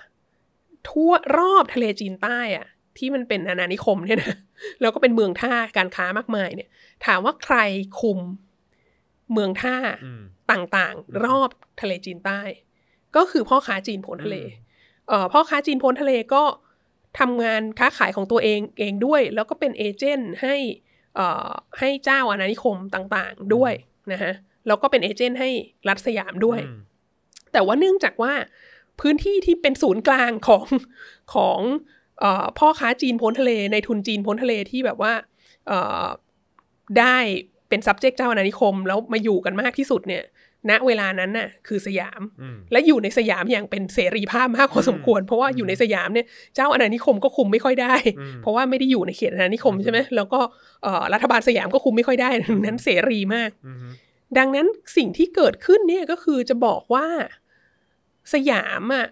[SPEAKER 2] ทั่วรอบทะเลจีนใต้อะที่มันเป็นอาณานิคมเนี่ยนะ แล้วก็เป็นเมืองท่าการค้ามากมายเนี่ย ถามว่าใครคุมเมืองท่า
[SPEAKER 1] อืม
[SPEAKER 2] ต่าง
[SPEAKER 1] อืม
[SPEAKER 2] ๆ รอบทะเลจีนใต้ ก็คือพ่อค้าจีนพ้นทะเลเอ่อพ่อค้าจีนพ้นทะเลก็ทำงานค้าขายของตัวเองเองด้วย แล้วก็เป็นเอเจนต์ให้เอ่อให้เจ้าอาณานิคมต่างๆด้วยนะฮะแล้วก็เป็นเอเจนต์ให้รัฐสยามด้วย
[SPEAKER 1] อืม
[SPEAKER 2] แต่ว่าเนื่องจากว่าพื้นที่ที่เป็นศูนย์กลางของ ของเออพ่อค้าจีนพ้นทะเลในทุนจีนพ้นทะเลที่แบบว่าเอ่อได้เป็น subject เจ้าอาณานิคม แล้วมาอยู่กันมากที่สุดเนี่ย ณเวลานั้นน่ะคือสยาม
[SPEAKER 1] อืม
[SPEAKER 2] และอยู่ในสยามอย่างเป็นเสรีภาพมากพอสมควร เพราะว่า
[SPEAKER 1] อืม
[SPEAKER 2] อยู่ในสยามเนี่ยเจ้าอาณานิคมก็คุมไม่ค่อยได้
[SPEAKER 1] อืม
[SPEAKER 2] เพราะว่าไม่ได้อยู่ในเขตอาณานิคม
[SPEAKER 1] อืม
[SPEAKER 2] ใช่ไหมแล้วก็เอ่อรัฐบาลสยามก็คุมไม่ค่อยได้ ดังนั้นเสรีมาก
[SPEAKER 1] อืม
[SPEAKER 2] ดังนั้นสิ่งที่เกิดขึ้นเนี่ยก็คือจะบอกว่าสยามอะ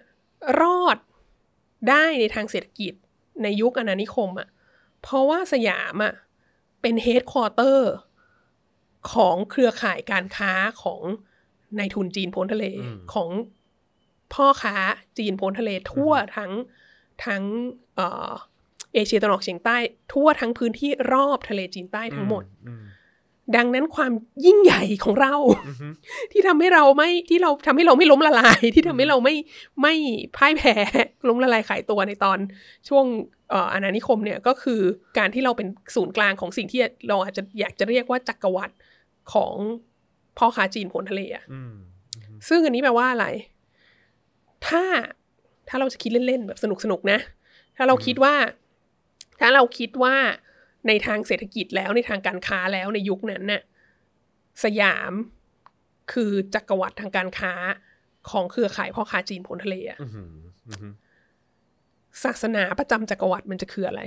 [SPEAKER 2] รอดได้ในทางเศรษฐกิจในยุคอาณานิคมอะเพราะว่าสยามอะเป็นเฮดคอร์เตอร์ของเครือข่ายการค้าของนายทุนจีนพ้นทะเล
[SPEAKER 1] อืม
[SPEAKER 2] ของพ่อค้าจีนพ้นทะเลทั่วทั้งทั้งเอ่อเอเชียตะวันออกเฉียงใต้ ทั่วทั้งพื้นที่รอบทะเลจีนใต้ทั้งหมด
[SPEAKER 1] อืม
[SPEAKER 2] ดังนั้นความยิ่งใหญ่ของเรา
[SPEAKER 1] อืมอืม
[SPEAKER 2] ที่ทำให้เราไม่ที่เราทำให้เราไม่ล้มละลาย ที่ทำให้เราไม่ไม่พ่ายแพ้ ล้มละลายขายตัวในตอนช่วงเอ่ออาณานิคมเนี่ยก็คือการที่เราเป็นศูนย์กลางของสิ่งที่เราอาจจะอยากจะเรียกว่าจักรวรรดิของพ่อค้าจีนผลทะเลอะ
[SPEAKER 1] อืม
[SPEAKER 2] ซึ่งอันนี้แปลว่าอะไร ถ้าถ้าเราจะคิดเล่นๆแบบสนุกๆนะ ถ้าเราคิดว่า ถ้าเราคิดว่าในทางเศรษฐกิจแล้วในทางการค้าแล้วในยุคนั้นน่ะสยามคือจักรวรรดิทางการค้าของเครือข่ายพ่อค้าจีนผลทะเลอะ
[SPEAKER 1] อืมอืม
[SPEAKER 2] ศาสนาประจำจักรวรรดิมันจะคืออะไร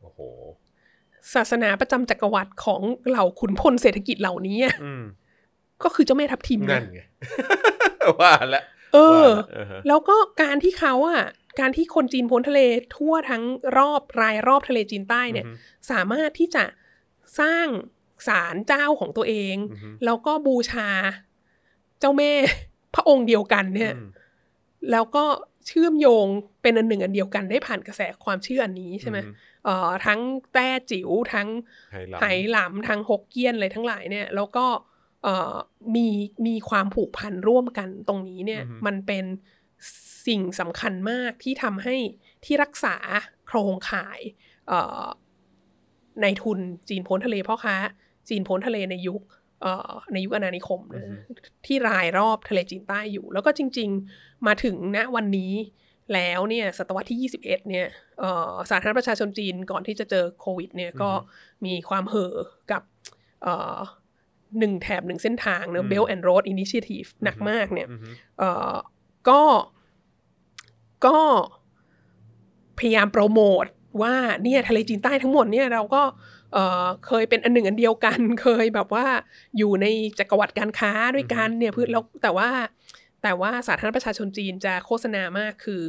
[SPEAKER 1] โอ้โห
[SPEAKER 2] ศาสนาประจำจักรวรรดิของเหล่าขุนพลเศรษฐกิจเหล่านี้อะ
[SPEAKER 1] อืม
[SPEAKER 2] ก็คือเจ้าแม่ทับทิม
[SPEAKER 1] นั่
[SPEAKER 2] นะ
[SPEAKER 1] นไง ว่าละ
[SPEAKER 2] เออ
[SPEAKER 1] ว่าละเออฮะ
[SPEAKER 2] แล้วก็การที่เขาอะการที่คนจีนพ้นทะเลทั่วทั้งรอบรายรอบทะเลจีนใต้เนี่ย
[SPEAKER 1] อืม
[SPEAKER 2] สามารถที่จะสร้างศาลเจ้าของตัวเอง
[SPEAKER 1] อืม
[SPEAKER 2] แล้วก็บูชาเจ้าแม่ พระองค์เดียวกันเนี่ย
[SPEAKER 1] อืม
[SPEAKER 2] แล้วก็เชื่อมโยงเป็นอันหนึ่งอันเดียวกันได้ผ่านกระแสความเชื่ออันนี้ใช่ไหมเอ่อทั้งแต้จิ๋วทั้ง
[SPEAKER 1] ไฮไลท์
[SPEAKER 2] ไหหลำทั้งฮกเกี้ยนอะไรทั้งหลายเนี่ย แล้วก็เอ่อมีมีความผูกพันร่วมกันตรงนี้เนี่ย
[SPEAKER 1] อือฮึ
[SPEAKER 2] มันเป็นสิ่งสำคัญมากที่ทำให้ที่รักษาโครงข่ายเอ่อในทุนจีนพ้นทะเลพ่อค้าจีนพ้นทะเลในยุคเอ่อในยุคอาณานิคมนะ
[SPEAKER 1] อือฮึ
[SPEAKER 2] ที่รายรอบทะเลจีนใต้อยู่ แล้วก็จริง ๆ มาถึงณวันนี้แล้วเนี่ยศตวรรษที่ 21 เนี่ยเอ่อสาธารณประชาชนจีนก่อนที่จะเจอโควิดเนี่ย
[SPEAKER 1] อือฮึ
[SPEAKER 2] ก็มีความเห่อกับเอ่อหนึ่งแถบหนึ่งเส้นทางเน
[SPEAKER 1] อื
[SPEAKER 2] อะ
[SPEAKER 1] ม
[SPEAKER 2] Belt and Road Initiative หนัก
[SPEAKER 1] อือฮึ
[SPEAKER 2] มากเนี่ย
[SPEAKER 1] อืม
[SPEAKER 2] เอ่อก็ก็พยายามโปรโมทว่าเนี่ยทะเลจีนใต้ทั้งหมดเนี่ยเราก็เอ่อเคยเป็นอันหนึ่งอันเดียวกัน เคยแบบว่าอยู่ในจักรวรรดิการค้าด้วยกันเนี่ยพืชแล้วแต่ว่า แต่ว่าสาธารณประชาชนจีนจะโฆษณามากคือ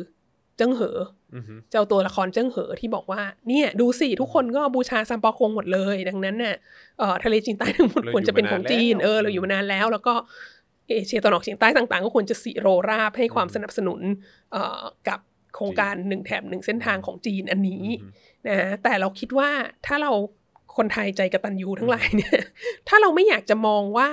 [SPEAKER 2] เจิ้งเหอ
[SPEAKER 1] อืม
[SPEAKER 2] เจ้าตัวละครเจิ้งเหอที่บอกว่าเนี่ยดูสิ ทุกคนก็บูชาซัมปอคงหมดเลย ดังนั้นน่ะเอ่อทะเลจีนใต้ทั้งหมด
[SPEAKER 1] เราอยู่
[SPEAKER 2] ควรจะเป็นของจีน
[SPEAKER 1] มานานแล้ว
[SPEAKER 2] เออเราอยู่มานานแล้ว แล้วก็เอเชียตะวันออกเฉียงใต้ต่างๆ ก็ควรจะสิโรราบให้ความ
[SPEAKER 1] อืม
[SPEAKER 2] สนับสนุนเอ่อกับโครงการหนึ่งแถบหนึ่งเส้นทางของจีนอันนี้นะฮะแต่เราคิดว่าถ้าเราคนไทยใจกตัญญูทั้งหลายเนี่ย ถ้าเราไม่อยากจะมองว่า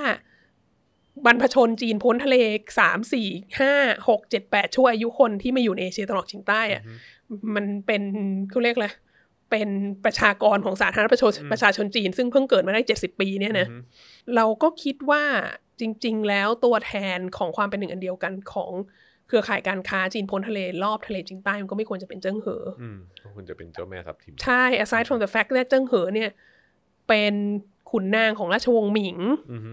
[SPEAKER 2] บรรพชนจีนพ้นทะเลสามสี่ห้าหกเจ็ดแปดชั่วอายุคนที่มาอยู่ในเอเชียตะวันออกเฉียงใต้อะ มันเป็นเขาเรียกอะไรเป็นประชากรของสาธารณประชาชน
[SPEAKER 1] อืม
[SPEAKER 2] ประชาชนจีน ซึ่งเพิ่งเกิดมาได้ 70 ปีเนี่ยนะเราก็คิดว่าจริง ๆ แล้วตัวแทนของความเป็นหนึ่งอันเดียวกันของเครือข่ายการค้าจีนพ้นทะเลรอบทะเลจีนใต้มันก็ไม่ควรจะเป็นเจิ้งเหอ
[SPEAKER 1] อืมก็คุณจะเป็นเจ้าแม่ทับทิม
[SPEAKER 2] ใช่ aside from the fact that เจิ้งเหอเนี่ยเป็นขุนนางของราชวงศ์หมิง
[SPEAKER 1] อืม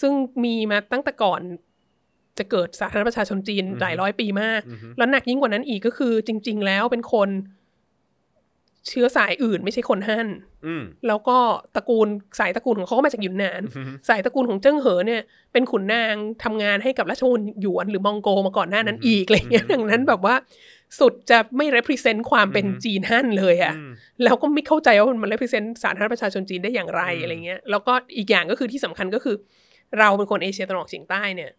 [SPEAKER 2] ซึ่งมีมาตั้งแต่ก่อนจะเกิดสาธารณประชาชนจีน
[SPEAKER 1] อืม
[SPEAKER 2] หลายร้อยปีมาก
[SPEAKER 1] อืม
[SPEAKER 2] แล้วหนักยิ่งกว่านั้นอีกก็คือจริง ๆ แล้วเป็นคนเชื้อสายอื่นไม่ใช่คนฮั่น
[SPEAKER 1] อืม
[SPEAKER 2] แล้วก็ตระกูลสายตระกูลของเขาก็มาจากหยุนนาน
[SPEAKER 1] อืม
[SPEAKER 2] สายตระกูลของเจิ้งเหอเนี่ยเป็นขุนนางทำงานให้กับราชวงศ์หยวนหรือมองโกมาก่อนหน้านั้น
[SPEAKER 1] อืม
[SPEAKER 2] อีกอะไรเงี้ย
[SPEAKER 1] อืม
[SPEAKER 2] ดังนั้นแบบว่า สุดจะไม่ represent ความเป็น
[SPEAKER 1] อืม
[SPEAKER 2] จีนฮั่นเลยอะ
[SPEAKER 1] อืม
[SPEAKER 2] แล้วก็ไม่เข้าใจว่ามัน represent สาธารณประชาชนจีนได้อย่างไร
[SPEAKER 1] อืม
[SPEAKER 2] อะไรเงี้ย แล้วก็อีกอย่างก็คือที่สำคัญก็คือ เราเป็นคนเอเชียตะวันออกเฉียงใต้เนี่ย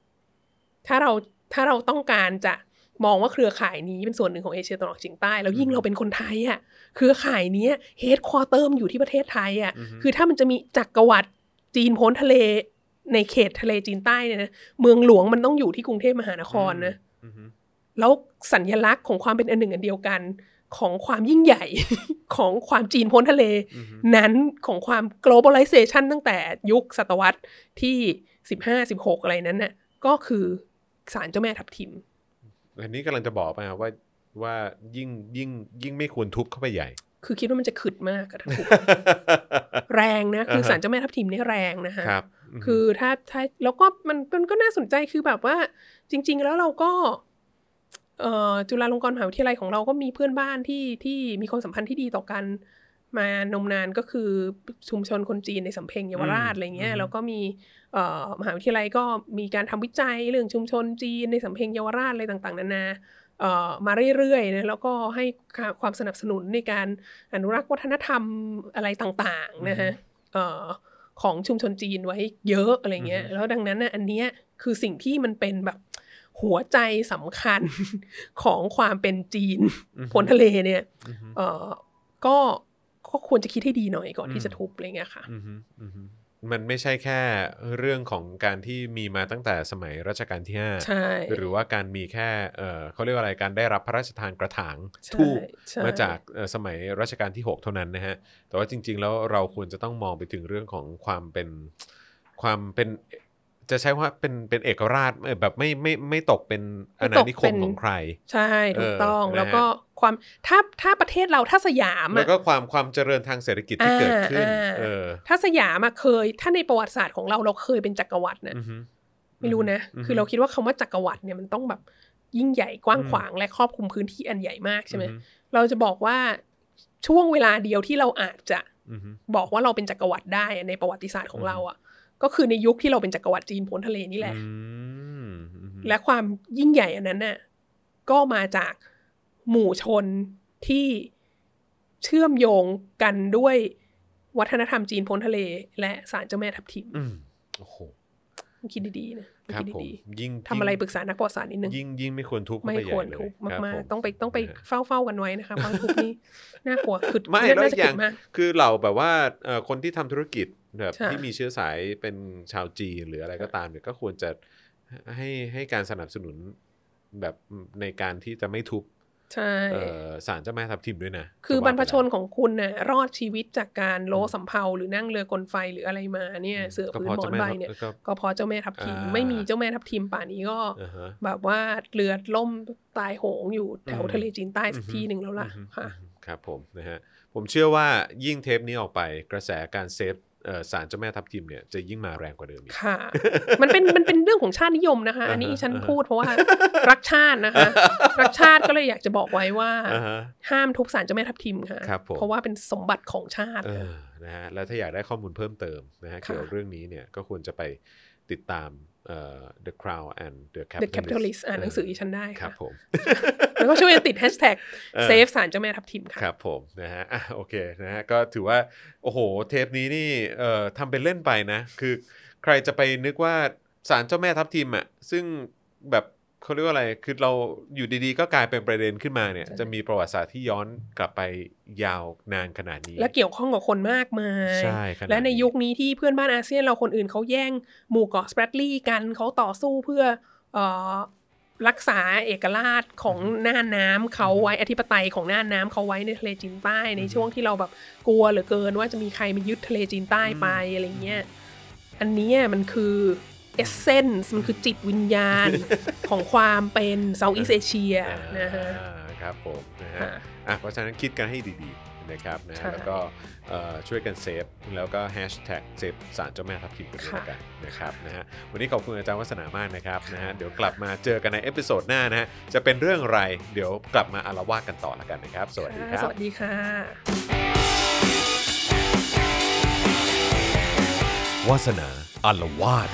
[SPEAKER 2] ถ้าเราถ้าเราต้องการจะมองว่าเครือข่ายนี้เป็นส่วนหนึ่งของเอเชียตะวันออกเฉียงใต้แล้วยิ่งเราเป็นคนไทยอะ่ะเครือข่ายเนี้เฮดคอเตอร์อยู่ที่ประเทศไทยอะ่ะ
[SPEAKER 1] ม
[SPEAKER 2] คือถ้ามันจะมีจักรวรรดิจีนพ้นทะเลในเขตทะเลจีนใต้เนี่ยนะเมืองหลวงมันต้องอยู่ที่กรุงเทพมหานครนะ
[SPEAKER 1] อืม
[SPEAKER 2] แล้วสัญลักษณ์ของความเป็นอันหนึ่งอันเดียวกันของความยิ่งใหญ่ ของความจีนพ้นทะเล
[SPEAKER 1] อืม
[SPEAKER 2] นั้นของความ globalization ตั้งแต่ยุคศตวรรษที่ 15 16 อะไรนั้นน่ะก็คือศาลเจ้าแม่ทับทิม
[SPEAKER 1] อันนี้กำลังจะบอกไปว่าว่ายิ่งยิ่งยิ่งไม่ควรทุบเข้าไปใหญ่
[SPEAKER 2] คือคิดว่ามันจะขึดมากอะถ้า ถูก แรงนะ คือ
[SPEAKER 1] อ่าฮะ
[SPEAKER 2] สารเจ้าแม่ทับทิมเนี่ยแรงนะคะ
[SPEAKER 1] ครับ
[SPEAKER 2] คือถ้าถ้าแล้วก็มันมันก็น่าสนใจคือแบบว่า จริง ๆ แล้วเราก็ เอ่อจุฬาลงกรณ์มหาวิทยาลัยของเราก็มีเพื่อนบ้านที่ที่มีความสัมพันธ์ที่ดีต่อกัน มานมนานก็คือชุมชนคนจีนในสำเพ็งเยาวราชอะไรเงี้ยแล้วก็มีเอ่อมหาวิทยาลัยก็มีการทำวิจัยเรื่องชุมชนจีนในสำเพ็งเยาวราชอะไรต่าง ๆ นานาเอ่อมาเรื่อยๆนะแล้วก็ให้ความสนับสนุนในการอนุรักษ์วัฒนธรรมอะไรต่างๆนะฮะเอ่อ ของชุมชนจีนไว้เยอะอะไรเงี้ย แล้วดังนั้นนะอันเนี้ยคือสิ่งที่มันเป็นแบบหัวใจสำคัญ ของความเป็นจีน
[SPEAKER 1] อืม
[SPEAKER 2] พลทะเลเนี่ย
[SPEAKER 1] อือฮึ
[SPEAKER 2] เออก็ก็ควรจะคิดให้ดีหน่อยก่อน
[SPEAKER 1] อืม
[SPEAKER 2] ที่จะทุบอะไรเงี้ยค่ะ
[SPEAKER 1] อือฮึอือฮึมันไม่ใช่แค่เรื่องของการที่มีมาตั้งแต่สมัยรัชกาลที่
[SPEAKER 2] ใช่
[SPEAKER 1] 5 หรือว่าการมีแค่เออเขาเรียกว่าอะไรการได้รับพระราชทานกระถาง
[SPEAKER 2] ใช่
[SPEAKER 1] ทูบ
[SPEAKER 2] ใช่
[SPEAKER 1] มาจากเอ่อสมัยรัชกาลที่ 6 เท่านั้นนะฮะ แต่ว่าจริง ๆ แล้วเราควรจะต้องมองไปถึงเรื่องของความเป็นความเป็น จะใช้ว่าเป็นเป็นเอกราชเอ่อแบบไม่ไม่ไม่ตกเป็นอาณานิคมของใคร
[SPEAKER 2] ใช่ถูกต้อง
[SPEAKER 1] เออนะฮะ
[SPEAKER 2] แล้วก็ความถ้าถ้าประเทศเราถ้าสยาม
[SPEAKER 1] แล้ว
[SPEAKER 2] อะ
[SPEAKER 1] ก็ความความเจริญทางเศรษฐกิจที่เกิดขึ้น
[SPEAKER 2] อ่า
[SPEAKER 1] เออ
[SPEAKER 2] ถ้าสยามอะเคย ถ้าในประวัติศาสตร์ของเราเราเคยเป็นจักรวรรดินะ
[SPEAKER 1] อือฮึ
[SPEAKER 2] ไม่รู้นะ
[SPEAKER 1] ฮึ
[SPEAKER 2] คือเราคิดว่าคำว่าจักรวรรดิเนี่ยมันต้องแบบยิ่งใหญ่กว้างขวางและครอบคลุมพื้นที่อันใหญ่มากใช่ไหม เราจะบอกว่าช่วงเวลาเดียวที่เราอาจจะ
[SPEAKER 1] อือฮึ
[SPEAKER 2] บอกว่าเราเป็นจักรวรรดิได้ในประวัติศาสตร์ของเราอะ่ะ ก็คือในยุคที่เราเป็นจักรวรรดิจีนพ้นทะเลนี่แหละ
[SPEAKER 1] อืมอือฮึ
[SPEAKER 2] และความยิ่งใหญ่อันนั้นน่ะก็มาจากหมู่ชนที่เชื่อมโยงกันด้วยวัฒนธรรมจีนพ้นทะเล และศาลเจ้าแม่ทับทิม
[SPEAKER 1] อืมโอ้โห
[SPEAKER 2] คิดดีๆนะครับ คิด
[SPEAKER 1] ผม
[SPEAKER 2] ดี
[SPEAKER 1] ยิ่ง
[SPEAKER 2] ๆทำอะไรปรึกษานักประวัติศาสตร์นิดนึง
[SPEAKER 1] ยิ่งยิ่งไม่ควรทุบ
[SPEAKER 2] ไม่
[SPEAKER 1] เข้าปใหญ่
[SPEAKER 2] ควร
[SPEAKER 1] เลย
[SPEAKER 2] ทุบ
[SPEAKER 1] ครั
[SPEAKER 2] มาก
[SPEAKER 1] ผม
[SPEAKER 2] ๆ ต้องไปต้องไปเฝ้าเฝ้ากันไว้ นะคะความทุบนี่ น่ากลัวขึด
[SPEAKER 1] ไม่แล้วอี
[SPEAKER 2] น่าจะ
[SPEAKER 1] กอ
[SPEAKER 2] ขึ
[SPEAKER 1] ย่าง
[SPEAKER 2] ดมาก
[SPEAKER 1] คือเหล่าแบบว่าเอ่อคนที่ทำธุรกิจแบบ
[SPEAKER 2] ใช่
[SPEAKER 1] ที่มีเชื้อสายเป็นชาวจีนหรืออะไรก็ตามเนี่ยก็ควรจะให้ให้การสนับสนุนแบบในการที่จะไม่ทุบ
[SPEAKER 2] ใช่
[SPEAKER 1] เอ่อสารเจ้าแม่ทับทิมด้วยนะ
[SPEAKER 2] คือบรรพชน
[SPEAKER 1] ก็ว่าไ
[SPEAKER 2] ของคุณน่ะรอดชีวิตจากการโลสำเภาหรือนั่งเรือกลไฟหรืออะไรมาเนี่ย
[SPEAKER 1] ป
[SPEAKER 2] เสือ
[SPEAKER 1] ก็
[SPEAKER 2] พื้น
[SPEAKER 1] พอ
[SPEAKER 2] หมอ
[SPEAKER 1] เจ้าน แม่
[SPEAKER 2] ใบ
[SPEAKER 1] ทับ
[SPEAKER 2] เนี่ย
[SPEAKER 1] ก็
[SPEAKER 2] ก็เพอเจ้าแม่ทับทิม
[SPEAKER 1] อ่า
[SPEAKER 2] ไม่มีเจ้าแม่ทับทิมป่านนี้ก็
[SPEAKER 1] อ่าฮะ
[SPEAKER 2] แบบว่าเรือล่มตายโหงอยู่แถว
[SPEAKER 1] อืม
[SPEAKER 2] ทะเลจีนใต้สักที่หนึ่งแล้วล่ะ
[SPEAKER 1] อืม
[SPEAKER 2] ค่ะ
[SPEAKER 1] อืมครับผมนะฮะผมเชื่อว่ายิ่งเทปนี้ออกไปกระแสการเซฟเอ่อสารเจ้าแม่ทับทิมเนี่ยจะยิ่งมาแรงกว่าเดิมอีก
[SPEAKER 2] ค่ะ มันเป็นมันเป็นเรื่องของชาตินิยมนะคะ อันนี้
[SPEAKER 1] อ่าฮะ
[SPEAKER 2] ฉัน
[SPEAKER 1] อ่าฮะ
[SPEAKER 2] พูดเพราะว่ารักชาตินะคะ รักชาติก็เลยอยากจะบอกไว้ว่า
[SPEAKER 1] อ่าฮะ
[SPEAKER 2] ห้ามทุบสารเจ้าแม่ทับทิมค่ะ
[SPEAKER 1] ครับผม
[SPEAKER 2] เพราะว่าเป็นสมบัติของชาติ
[SPEAKER 1] เออนะฮะ แล้วถ้าอยากได้ข้อมูลเพิ่มเติมนะฮะ
[SPEAKER 2] ค่ะ
[SPEAKER 1] เกี่ยวกับเรื่องนี้เนี่ย ก็ควรจะไปติดตามเอ่อ The Crown and the
[SPEAKER 2] The
[SPEAKER 1] Capitalist
[SPEAKER 2] Capitalist อ่านหนังสือที่ฉันได้
[SPEAKER 1] ครั
[SPEAKER 2] ค่ะ
[SPEAKER 1] บ ผม
[SPEAKER 2] แล้วก็ช่วยกันติดแฮชแท็ก
[SPEAKER 1] เออ
[SPEAKER 2] เซฟสารเจ้าแม่ทับทิม
[SPEAKER 1] ค
[SPEAKER 2] ค่ะ
[SPEAKER 1] รับผมนะฮะอ่ะโอเคนะฮะ ก็ถือว่า โอ้โห เทปนี้นี่เอ่อทำเป็นเล่นไปนะ คือใครจะไปนึกว่าศาลเจ้าแม่ทับทิมอ่ะ ซึ่งแบบเขาเรียกว่าอะไร คือเราอยู่ดีๆ ก็กลายเป็นประเด็นขึ้นมาเนี่ย
[SPEAKER 2] ใช่
[SPEAKER 1] จะมีประวัติศาสตร์ที่ย้อนกลับไปยาวนานขนาดนี้
[SPEAKER 2] และเกี่ยวข้องกับคนมากมาย
[SPEAKER 1] ใช่ขนาด
[SPEAKER 2] และในยุคนี้ที่เพื่อนบ้านอาเซียนเราคนอื่นเขาแย่งหมู่เกาะสเปรดลีย์กันเขาต่อสู้เพื่อเอ่อรักษาเอกราชของน่านน้ำเขาไว้อธิปไตยของน่านน้ำเขาไว้ในทะเลจีนใต้ใน
[SPEAKER 1] อืม
[SPEAKER 2] ช่วงที่เราแบบกลัวเหลือเกินว่าจะมีใครมายึดทะเลจีนใต้ไปอะไรเงี้ยอันเนี้ยมันคือเอเซนส์มันคือจิตวิญญาณ ของความเป็นเซาท์อีสเอเชีย
[SPEAKER 1] า
[SPEAKER 2] นะฮะ
[SPEAKER 1] ครับผมนะฮะ
[SPEAKER 2] ค่ะ
[SPEAKER 1] อ่ะเพราะฉะนั้นคิดกันให้ดีๆนะครับนะ
[SPEAKER 2] ใช่
[SPEAKER 1] ฮะแล้วก็เอ่อช่วยกันเซฟ แล้วก็แฮชแท็กเซฟสารเจ้าแม่ทับทิมกันด้วย
[SPEAKER 2] ค่ะ
[SPEAKER 1] แล้วกันนะครับนะฮะวันนี้ขอบคุณอาจารย์วัฒนามากนะครับนะฮะเดี๋ยวกลับมาเจอกันในเอพิโซดหน้านะฮะจะเป็นเรื่องอะไร เดี๋ยวกลับมาอารวาสกันต่อละกันนะครับ สวัสดีครั
[SPEAKER 2] ะ
[SPEAKER 1] บ
[SPEAKER 2] สวัสดีค่ะ
[SPEAKER 1] วาสนาอารวาส